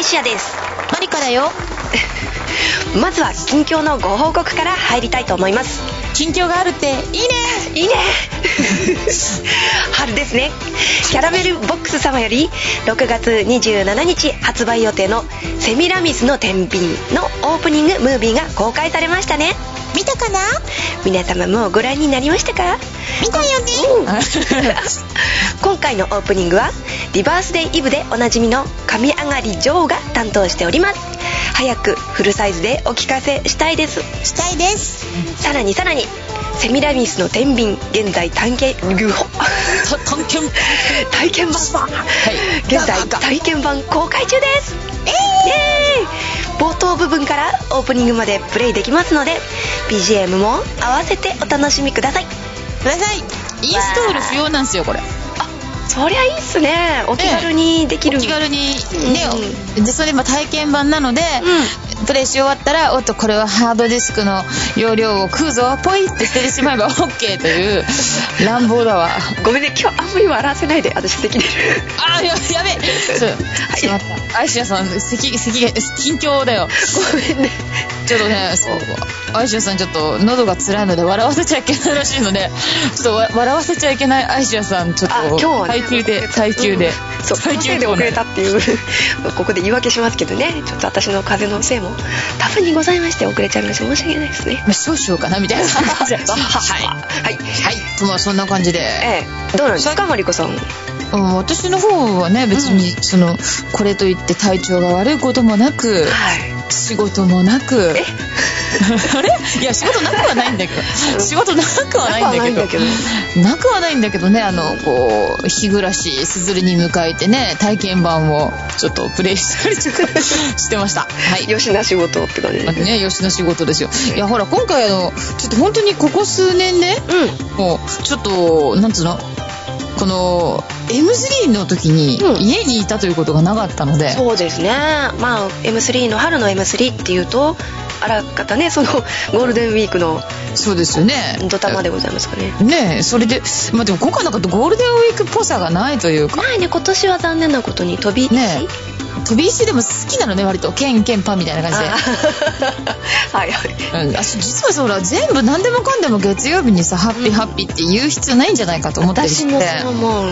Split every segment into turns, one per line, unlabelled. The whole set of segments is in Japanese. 石谷です
マリカだよ
まずは近況のご報告から入りたいと思います
近況があるっていいね
いいね春ですねキャラメルボックス様より6月27日発売予定の「セミラミスの天秤」のオープニングムービーが公開されましたね
見たかな
皆様もうご覧になりましたか
見たよね、
今回のオープニングは「リバースデイイブ」でおなじみの神上がりジョーが担当しております早くフルサイズでお聞かせしたいです
したいです
さらにさらにセミラミスの天秤現在探検ぐほ
た探検
体験版
い
現在体験版公開中ですイエーイ冒頭部分からオープニングまでプレイできますので BGM も合わせてお楽しみください
くださいインストール不要なんですよこれ
あそりゃいいっすねお気軽にできる、
お気軽にね、でそれも体験版なので、プレイし終わったらおっとこれはハードディスクの容量を食うぞポイって捨ててしまえば OK という乱暴だわ
ごめんね今日あんまり笑わせないで私 席出る
あーややべえそうしまったアイシアさん咳咳が近況だよ
ごめんね
ちょっとねそうアイシアさんちょっと喉が辛いので笑わせちゃいけないらしいのでちょっとわ笑わせちゃいけないアイシアさんちょっ
あ今日
と
はね
耐久で耐久で
うんそう
耐
耐
久
久
で
で
お
遅
願い
れたっていう ここで言い訳しますけどねちょっと私の風邪のせいも多分にございまして遅れちゃいまして申し訳ないですね
まあ少々かなみ たいな感 じ
はい、
はいまあそんな感じで、
ええどうなんですかマリコさん
うん、私の方はね別にその、これといって体調が悪いこともなく
は
仕事もなく
え
あれいや仕事なくはないんだけ ど仕事なくはないんだけど
なくはない
なくはないん
んだけ
だけどねあのこう日暮らしすずるに迎えてね体験版をちょっとプレイしたりとかしてま したはい
いよしな仕事って感じ
まあね吉の仕事ですよいやほら今回あのちょっと本当にここ数年で、
う
もうちょっとなんつうのこの M3 の時に
うん
家にいたということがなかったので、
そうですねまあ M3 の春の M3 っていうとあらかたねそのゴールデンウィークの
そうですよね
ドタマでございますかね
ねえそれでまあでも今回なんかゴールデンウィークっぽさがないというか
ないね今年は残念なことに飛び石、
ねえ飛び石でも好きなのね割とケンケンパンみたいな感じで
あはいはい
うん、あ実はそら全部何でもかんでも月曜日にさハッピーハッピーって言う必要ないんじゃないかと思ったりして
私もそう思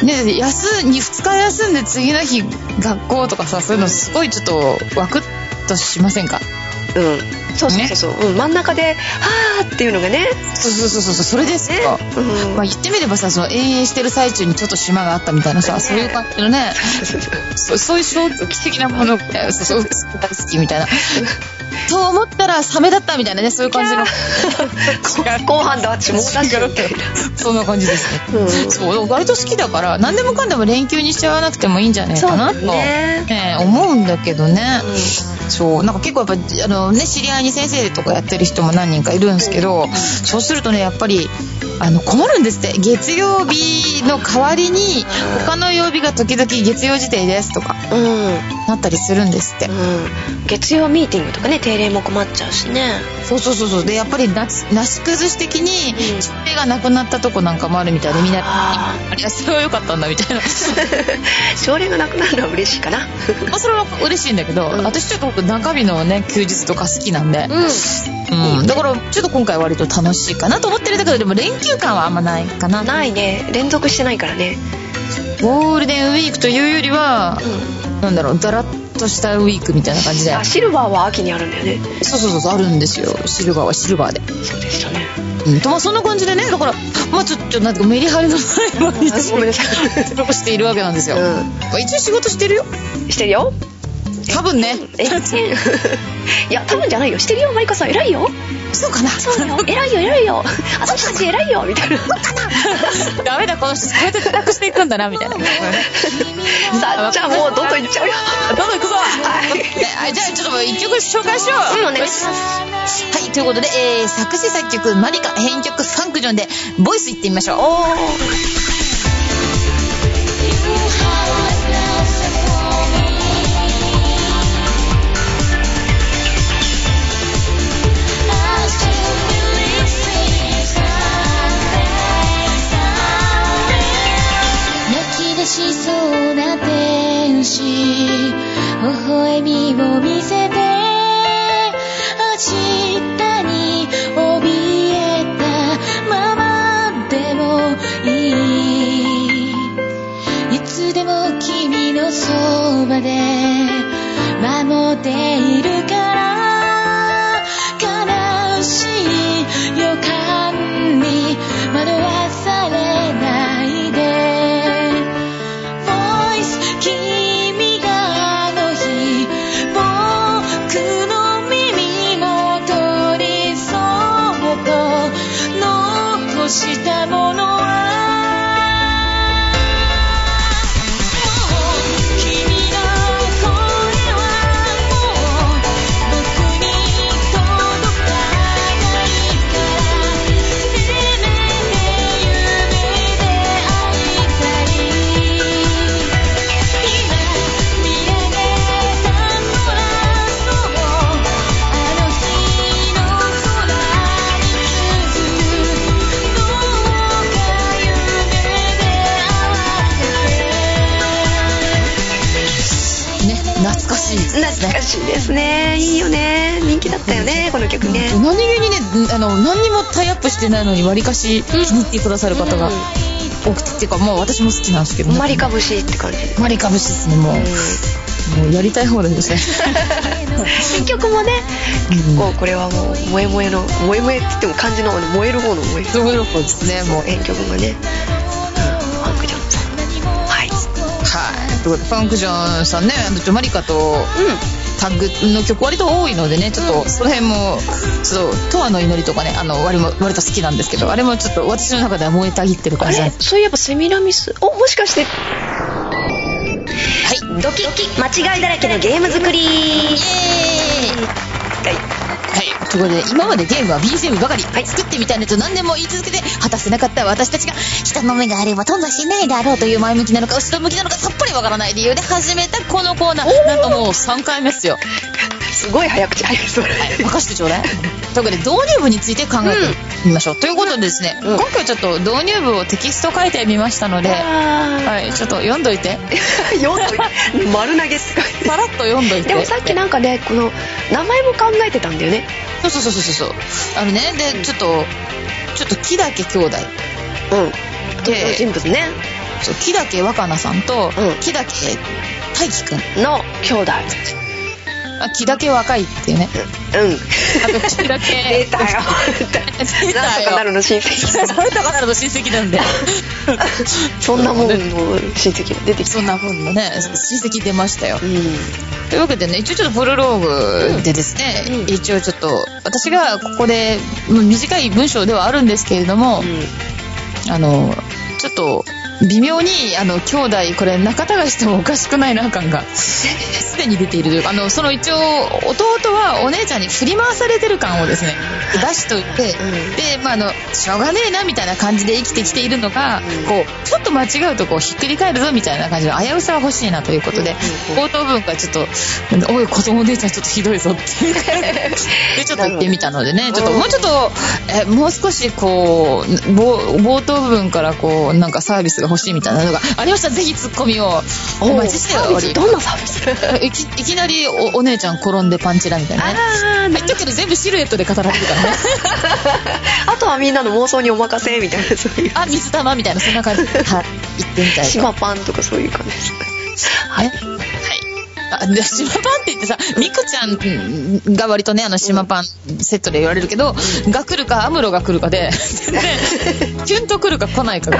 う
ね、休に2日休んで次の日学校とかさそういうのすごいちょっとワクッとしませんか
うんそうそうそうそう、うん、真ん中で「はーっていうのがね
そうそうそうそうそれです
ね
か、
うん
まあ、言ってみればさその延々してる最中にちょっと島があったみたいなさそういう感じのねそそういう衝撃的なものそう そう大好きみ たいなと思ったらサメだったみたいなねそういう感 じの
後半だ私もうだしみたいな
そんな感じですね、
うん
そう割と好きだから何でもかんでも連休にしちゃわなくてもいいんじゃないかなと、
そうね
ね思うんだけどね、
うん
そうなんか結構やっぱあの、ね、知り合いに先生とかやってる人も何人かいるんですけど、そうするとねやっぱりあの困るんですって月曜日の代わりに他の曜日が時々月曜時点ですとか
うん、
なったりするんですって、
うん、月曜ミーティングとかね定例も困っちゃうしね
そうそうそうそうでやっぱりななし崩し的に
うん
ちっぺがなくなったとこなんかもあるみたいでみんな
あ
あれそれは良かったんだみたいな
あ症例がなくなるのは嬉しいかな
まあそれは嬉しいんだけど、
うん
私ちょっと僕中日のね休日とか好きなんで、
うん
うんだからちょっと今回割と楽しいかなと思ってるんだけどでも連休感はあんまないかな
ないね連続してないからね
ゴールデンウィークというよりは、なんだろうだらっとしたウィークみたいな感じで
あシルバーは秋にあるんだよね
そうそうそうそうあるんですよシルバーはシルバーで、
そうでしたね
うんとまあそんな感じでねだからまあちょっとなんていうかメリハリのない毎日
ごめんなさ い
過ごしているわけなんですよ、
うん
まあ一応仕事してるよ
してるよ
多分ね
えいや多分じゃないよしてるよマリカさん偉いよ
そうかな
そうよ偉いよ偉いよ私たち偉いよみたいな
ダメだこの人こうやってなくしていくんだなみたいな
さあじゃあもうどんどんいっちゃうよ
どんどん行くぞ
はい
ねあじゃあちょっともう一曲紹介しよう
うんお願いします
はいということで、えー作詞作曲マリカ編曲ファンクジョンでボイスいってみましょう
おお
泣き出しそうな天使微
しいですねいいよね人気だったよねこの曲ね
何気にねあの何にもタイアップしてないのにわりかし気に入ってくださる方が多くて、っていうかもう私も好きなんですけどね
マリカ節って感じ
マリカ節ですねもう,、もうやりたい放題ですね
新曲もね結構これはもう萌え萌えの萌え萌えって言っても漢字の燃える方の萌え
すごい方ですねもう
演曲がね、うん、ファンクジョンさんはい
はいということでファンクジョンさんねあのマリカと
う
タッグの曲割と多いのでねちょっとその辺もちょっと「とわの祈り」とかねあの割も割と好きなんですけどあれもちょっと私の中では燃えたぎってる
んあ
感じなん
れ
です
そういえばセミラミスおもしかして
はい
ドキッキ間違いだらけのゲーム作りはい
はい、ということで今までゲームは BGM ばかり、作ってみたんだと何でも言い続けて果たしてなかった私たちが人の目があれば頓挫しないであろうという前向きなのか後ろ向きなのかさっぱりわからない理由で始めたこのコーナーなんともう3回目っすよ
すごい早口早いそれ
任せてちょうだい。というわけで導入部について考えてみましょう。ということでですね、
うん
今回はちょっと導入部をテキスト書いてみましたので、
は
はい、ちょっと読んどいて。
い よく丸投げすごい
パラッと読んどいて。
でもさっきなんかねこの名前も考えてたんだよね
そうそうそうそうそう。あのね、で、ちょっと、ちょっと木だけ兄弟。
うん登場
で
人物ね
そう木だけ若菜さんと、
うん
木だけ大輝くん。
の兄弟
あ、木だけ若いっていうね。
うん
あと木だけ。
出た よ
出
なん
た
とかな
よ。
るの親戚
それとかなるの親戚なんで。
そんなもんの親戚が出てきた
そんなもんのね、親戚出ましたよ
う。ん
というわけでね一応ちょっとプロローグでですね、
うん
一応ちょっと私がここでうん短い文章ではあるんですけれども、あのちょっと微妙にあの兄弟これ仲違いしてもおかしくないな感 がすでに出ているというかあのその一応弟はお姉ちゃんに振り回されてる感をですね出しといて、
うん
で、まあ、あのしょうがねえなみたいな感じで生きてきているのが、
うん
こうちょっと間違うとこうひっくり返るぞみたいな感じの危うさは欲しいなということで、
うんうん
冒頭文からちょっと「おい子供お姉ちゃんちょっとひどいぞ」っていうでちょっと言ってみたのでね
な
ち
る
ょっ
ほ
と
ど
もうちょっとえもう少しこう冒冒頭部分からこうなんかサービスが欲しいみたいなのがありましたらぜひツッコミをお待ちして
サー
お
ビ
り
スどんなサービス
いきいきなりおお姉ちゃん転んでパンチラみたいなね
あー
言ったけど全部シルエットで語られてる からね
あとはみんなの妄想にお任せみたいなそういう
あ水玉みたいなそんな感じはい行ってみたいと
島パンとかそういう感じですね
はい。はい。あで島パンって言ってさ、ミクちゃんが割とね、あの島パンセットで言われるけど、が来るか、アムロが来るかで、全然、キュンと来るか来ないかが。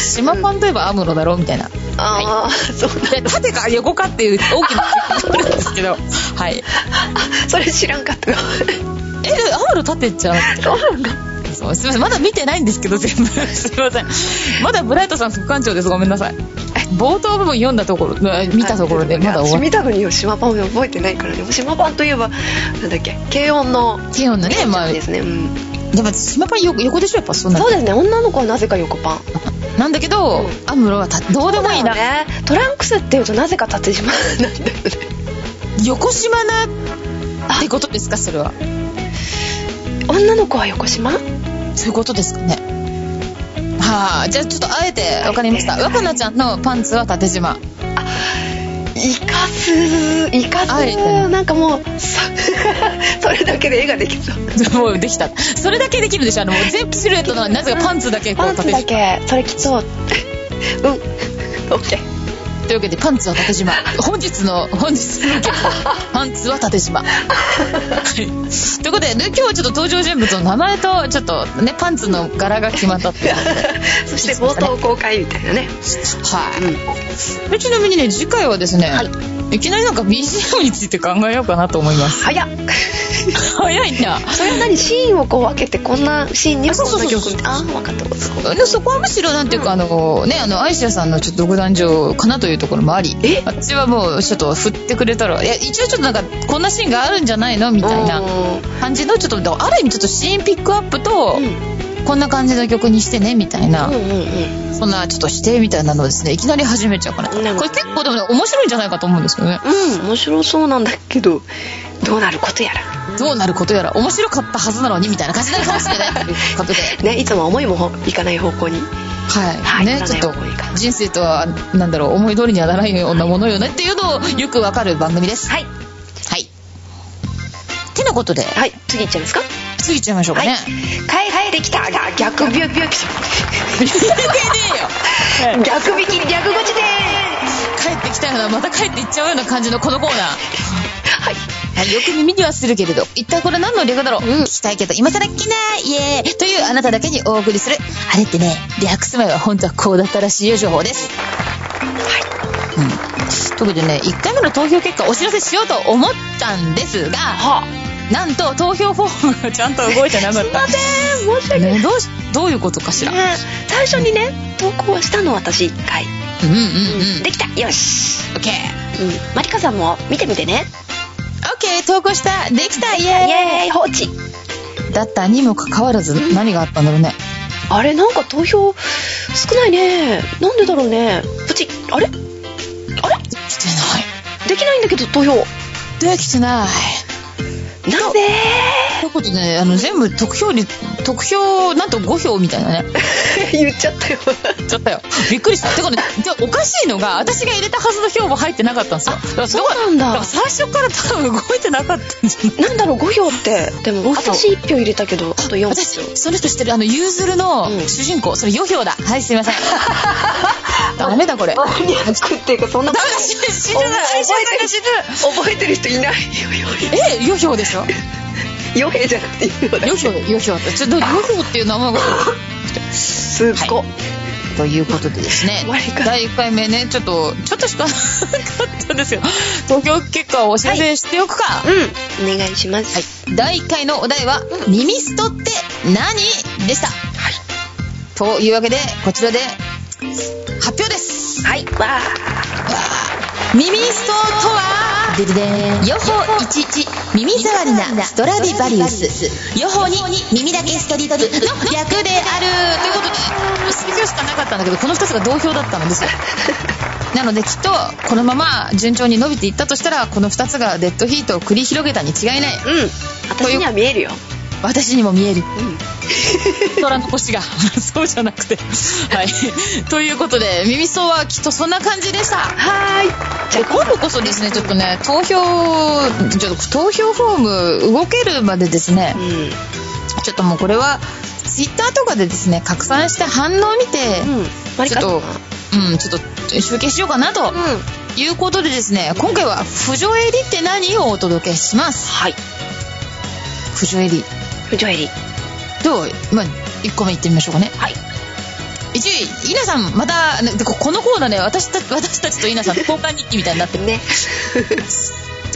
島パンといえばアムロだろみたいな。
ああそうなんだ
で、縦か横かっていう大きな違いがあるんですけど、はい。
あそれ知らんかった
え、アムロ縦ちゃう
そうなんだ
そうすいません、まだ見てないんですけど、全部。すいません。まだブライトさん副館長です。ごめんなさい。冒頭部分読んだところ、見たところで、まだ終わっ
見たのに島パンを覚えてないからね島パンといえばなんだっけ軽音の
ていうのね、まあ、
ですね、うん、
でも島パン横横でしょやっぱそんな
そうですね女の子はなぜか横パン
なんだけど、
うん
アムロはたどうでもいいな、
そうだよねトランクスっていうとなぜか縦島なんだよね
横島なってことですかそれは
女の子は横島
そういうことですかねはあじゃあちょっとあえてわかりました
あえて
若菜ちゃんのパンツは縦島
イカスイカ
あえ
ス
て
なんかもうさそれだけで絵ができそう
もうできたそれだけできるでしょあのもう全部シルエットなのになぜかパンツだけこ
パ
う
ンツ
縦
だ
島
けそれきそううん OK
というわけでパンツは縦島本日の本日の曲パンツは縦島はいということで、ね、今日はちょっと登場人物の名前とちょっとねパンツの柄が決まったっていう
そして冒頭公開みたいなね
はい、
うん
でちなみにね次回はですね、、
はい
きなりなんか BGM について考えようかなと思います
早っ
早いな
それは何シーンをこう分けてこんなシーンに
あ
は
そう
こ
そ
ん
うそ
な
う
曲みたいなああ分かったそこ
でそこはむしろなんていうか、あのねあのアイシアさんのちょっと独壇場かなというところもあり
え
私はもうちょっと振ってくれたらいや一応ちょっとなんかこんなシーンがあるんじゃないのみたいな感じのちょっとある意味ちょっとシーンピックアップと、
うん
こんな感じの曲にしてねみたいな、
うんうんうん
そんなちょっとしてみたいなのをですねいきなり始めちゃうかな、
なるほど
これ結構でもね面白いんじゃないかと思うんですけどね
うん面白そうなんだけどどうなることやら
どうなることやら面白かったはずなのにみたいな感じになるかもしれないということで、
ね、いつも思いもほいかない方向に
はい、
はい
ね
なら
ちょ
な
っ
い
と
方がいいかな
人生とはなんだろう思い通りにはならないようなものよねっていうのをよくわかる番組です。
はい
一言で
はい次いっちゃいますか
次いっ ちゃいましょうかね、
はいはいできた逆び逆
は
び
い
逆引き逆ごちで
帰ってきたようなまた帰っていっちゃうような感じのこのコーナー
はい
はいよく耳にはするけれど一体これ何の略だろう、聞きたいけど今更聞けないイエーイというあなただけにお送りするあれってね略す前は本当はこうだったらしいよ情報ですはい、うん、ということでね1回目の投票結果お知らせしようと思ったんですが
は
なんと投票フォームがちゃんと動いてなかっ
すいま
た
せん申し訳ない、
ね、どうしどういうことかしら、
ね最初にね投稿したの私一回、
うんうんうん
できたよし、
オッケー
うん、マリカさんも見てみてね
オッケー投稿したできたイ
イ
エ
エーイ放置
ーイだったにもかかわらず何があったんだろうね
あれなんか投票少ないねなんでだろうねプチあれあ
来
れ
てない
できないんだけど投票
できてない。
なぜ
ということでね、あの、全部得票率、得票、なんと5票みたいなね。
ー 言っちゃったよ
ちょっとよ。びっくり した。てかね、じゃあおかしいのが、私が入れたはずの票も入ってなかったんですよ。だから
そうなんだ
だから最初から多分動いてなかったんじゃない
なんだろう5票ってでも
5票
私1票入れたけどあと4票
私、その人知ってる、あの、ゆうずるの
うん
主人公、それ4票だ。はい、すい ません。ダメだ、これ。ダメだ、
マニアックっていうかそんな
死ぬ、死ぬ、最初から死ぬ。
覚えてる人いないよ
え、4票でしょ
よへじゃなくて4票だ
4票、4票だ。ちょっと、4票っていう名前が。
すっご、
ということでですね
終わりか
第1回目ねちょっとちょっとしかなかったんですよ東京結果をお知らせしておくか、は
うんお願いします
い第1回のお題は「耳ストって何?」でした、
はい
というわけでこちらで発表です
はいわ
耳ストとはでで予報11耳障りなストラディバリウス予報2耳だけストリップの略であると いうことで数票しかなかったんだけどこの2つが同票だったの ですよなのできっとこのまま順調に伸びていったとしたらこの2つがデッドヒートを繰り広げたに違いない
ーうん私には見えるよ
私にも見える
うん
虎の星が そうじゃなくてはいということで耳そうはきっとそんな感じでした
はーい
じ
じゃ
ゃあ
あ今
今
度
度こそですねちょっとね投票ちょっと投票フォーム動けるまでですね
うん
ちょっともうこれはツイッターとかでですね拡散して反応を見て、
うんマリ
ちょ
カ
っ
さん
とうんちょっと集計しようかなと
うん
いうことでですね今回は「不条襟って何?」をお届けします
はい
不条襟
不条理
ではまあ1個目いってみましょうかね
はい
1位稲さんまたねでここのコーナーね私た私たちと 稲さん交換日記みたいになってる
ね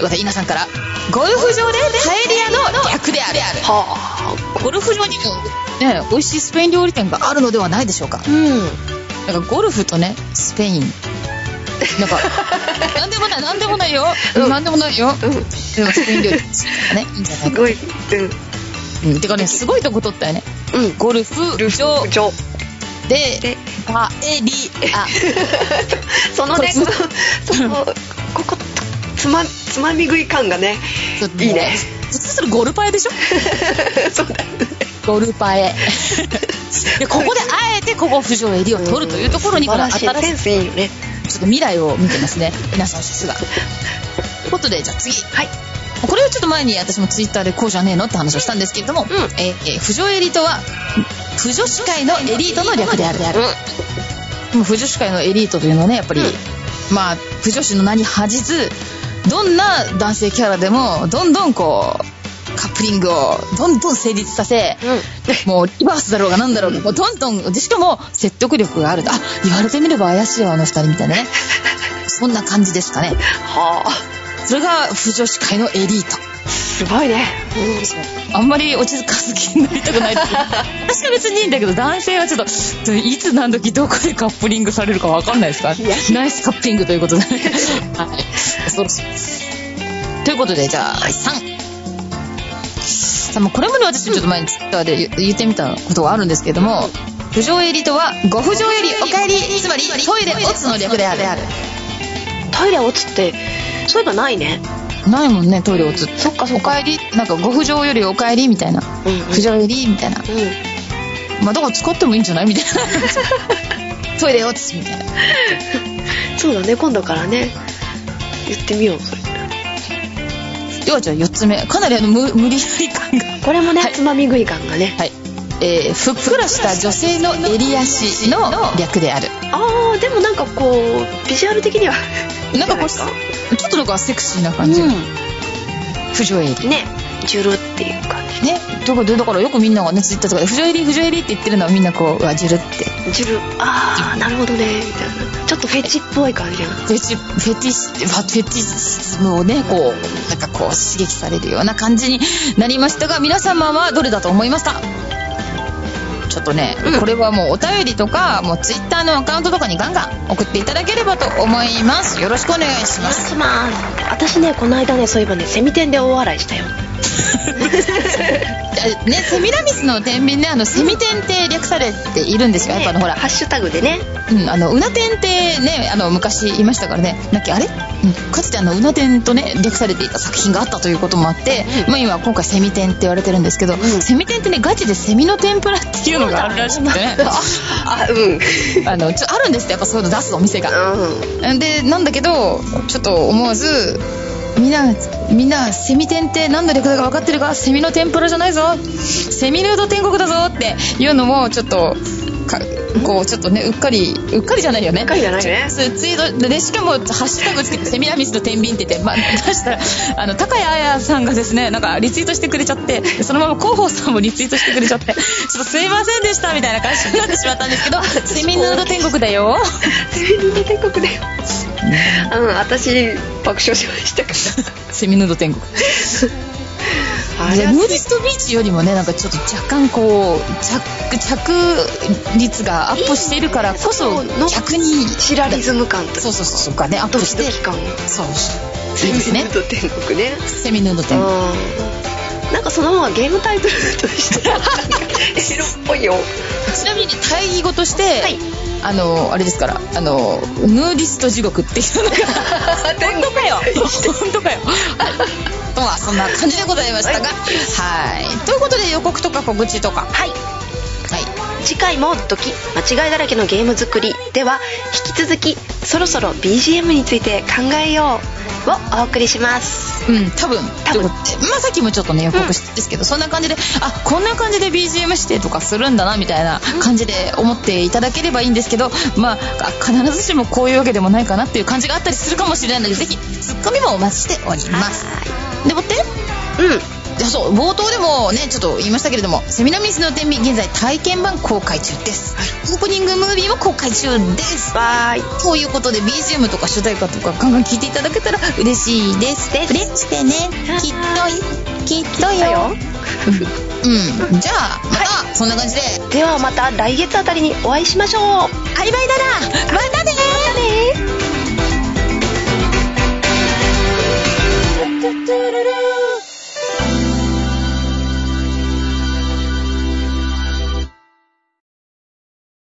また稲さんからゴルフ場でパエリアの逆である
は
ゴルフ場にもね美味しいスペイン料理店があるのではないでしょうか
あうん
なんかゴルフとねスペインなん かなんでもないなんでもないよ、
うん
なんでもないよ
うん
でもスペイン料理とかねいいんじゃな
す
いか、
ごいうん
うん、てかねすごいとこ取ったよね
うん
ゴルフ場
不条
で
で
パエリ ア
そのね
これ
このそのここつまつまみ食い感がね
ちょっと
いいね
そそれゴルパエでしょ
そうだ
ゴルパ エでここであえてここ不条襟を取るというところにこれ
素晴ら
新
しい
し
セ
い
ンスいいよね
ちょっと未来を見てますね皆さんさすがということでじゃあ次
はい
これはちょっと前に私もツイッターでこうじゃねえのって話をしたんですけれども、えーえー、不女エリートは不女子会のエリートの略であるである、でも不女子会のエリートというのはねやっぱり、まあ不女子の名に恥じずどんな男性キャラでもどんどんこうカップリングをどんどん成立させ、もうリバースだろうがなんだろうがもうどんどんでしかも説得力があるとあ言われてみれば怪しいわあの二人みたいなねそんな感じですかね
はあ
それが不女子界のエリート
すごいね
あんまり落ち着かず気になりたくない 私は別にいいんだけど男性はちょっといつ何時どこでカップリングされるかわかんないですから
いや
ナイスカップリングという ことではい恐ろしいということでじゃあ、3さあもうこれもね私ちょっと前にツイッターで言言ってみたことがあるんですけども不条襟とはご不条よりお帰りつまりトイレオツの略である
トイレ落ちってそういえばないね
ないもんねトイレオツ
そっかそ
お
っか
帰りなんかご不条よりお帰りみたいな
うんうん
不条よりみたいな
うん
まあ、だから使ってもいいんじゃないみたいな。 トイレをつみたいな。
そうだね今度からね言ってみようそれ
ではじゃあ4つ目かなりあの無無理やり感が
これもね、
はい
つまみ食い感がね
はいえーふっくらした女性の襟足の略である
ああでもなんかこうビジュアル的には
なんかこれ
じゃ
ち
ない
ょっとなんかセクシーな感じが不条襟
ねジュルっていう感
ねということでだからよくみんながねツイッターとかで「不条襟不条襟」って言ってるのはみんなこう「うわジュル」って
じジュルああなるほどねみたいなちょっとフェチっぽい感じが
フェチフェティシファフェティシズムをねこうなんかこう刺激されるような感じになりましたが皆様はどれだと思いますかちょっとね、
うん
これはもうお便りとかもうツイッターのアカウントとかにガンガン送っていただければと思いますよろしくお願いし
お
ま
願い
す
します私ねこの間ねそういえばねセミ店で大笑いしたよ
あねセミラミスの天秤ねあのセミ天って略されているんですよやっぱあの
ね
ほら
ハッシュタグでね
うん、あのうな天ってねあの昔言いましたからねなっけあれ、うん、かつてあのうな天とね略されていた作品があったということもあって、
うん
まあ、今今回セミ天って言われてるんですけど、
ん
セミ天ってねガチでセミの天ぷらっていうのがあるらしくてね
あうん
ああのちょあるんですってやっぱそういうの出すお店が。
うん
でなんだけどちょっと思わずみんなみんなセミ天って何の略だか分かってるかセミの天ぷらじゃないぞセミヌード天国だぞっていうのもちょっとかこうちょっとねうっかりうっかりじゃないよねう
っかりじゃないね
ツイートでしかもハッシュタグつけて「セミラミスの天秤」って言って、まあ、出したらあの高谷彩さんがですねなんかリツイートしてくれちゃってそのまま広報さんもリツイートしてくれちゃってちょっとすいませんでしたみたいな感じになってしまったんです けどセミヌード天国だよ
セミの天国でうん私爆笑しましたけど
セミヌード天国
あ
い
れ
や
は
ヌーディストビーチよりもねなんかちょっと若干こう着着率がアップしているからこそ逆に
シラリズム感と
そうそうそうそうかねアップ
ド
し
キド
て
キ感
そういいですね
と天国ね
セミヌード天国
うんなんかそのままゲームタイトルとしてなんかエロっぽ いよ
ちなみに対義語として、
はい
あのあれですからあのヌーディスト地獄っていうのが本当かよ本当かよとはそんな感じでございましたがはいということで予告とか告知とか
はい
はい
次回もドキ間違いだらけのゲーム作りでは引き続きそろそろ BGM について考えようをお送りします
うん、多分
多分
まあさっきもちょっとね予告したんですけど、そんな感じであこんな感じで BGM してとかするんだなみたいな感じで思っていただければいいんですけど、まああ必ずしもこういうわけでもないかなっていう感じがあったりするかもしれないのでぜひツッコミもお待ちしておりますでもって
うん
じゃあそう冒頭でもねちょっと言いましたけれども「セミナミスの天秤」現在体験版公開中です、オープニングムービーも公開中です
バイ
ということで BGM とか主題歌とかガンガン聴いていただけたら嬉しいです
です
嬉しくてねきっときっとようんじゃあまた、そんな感じで
ではまた来月あたりにお会いしましょう
アリバイだなまたねー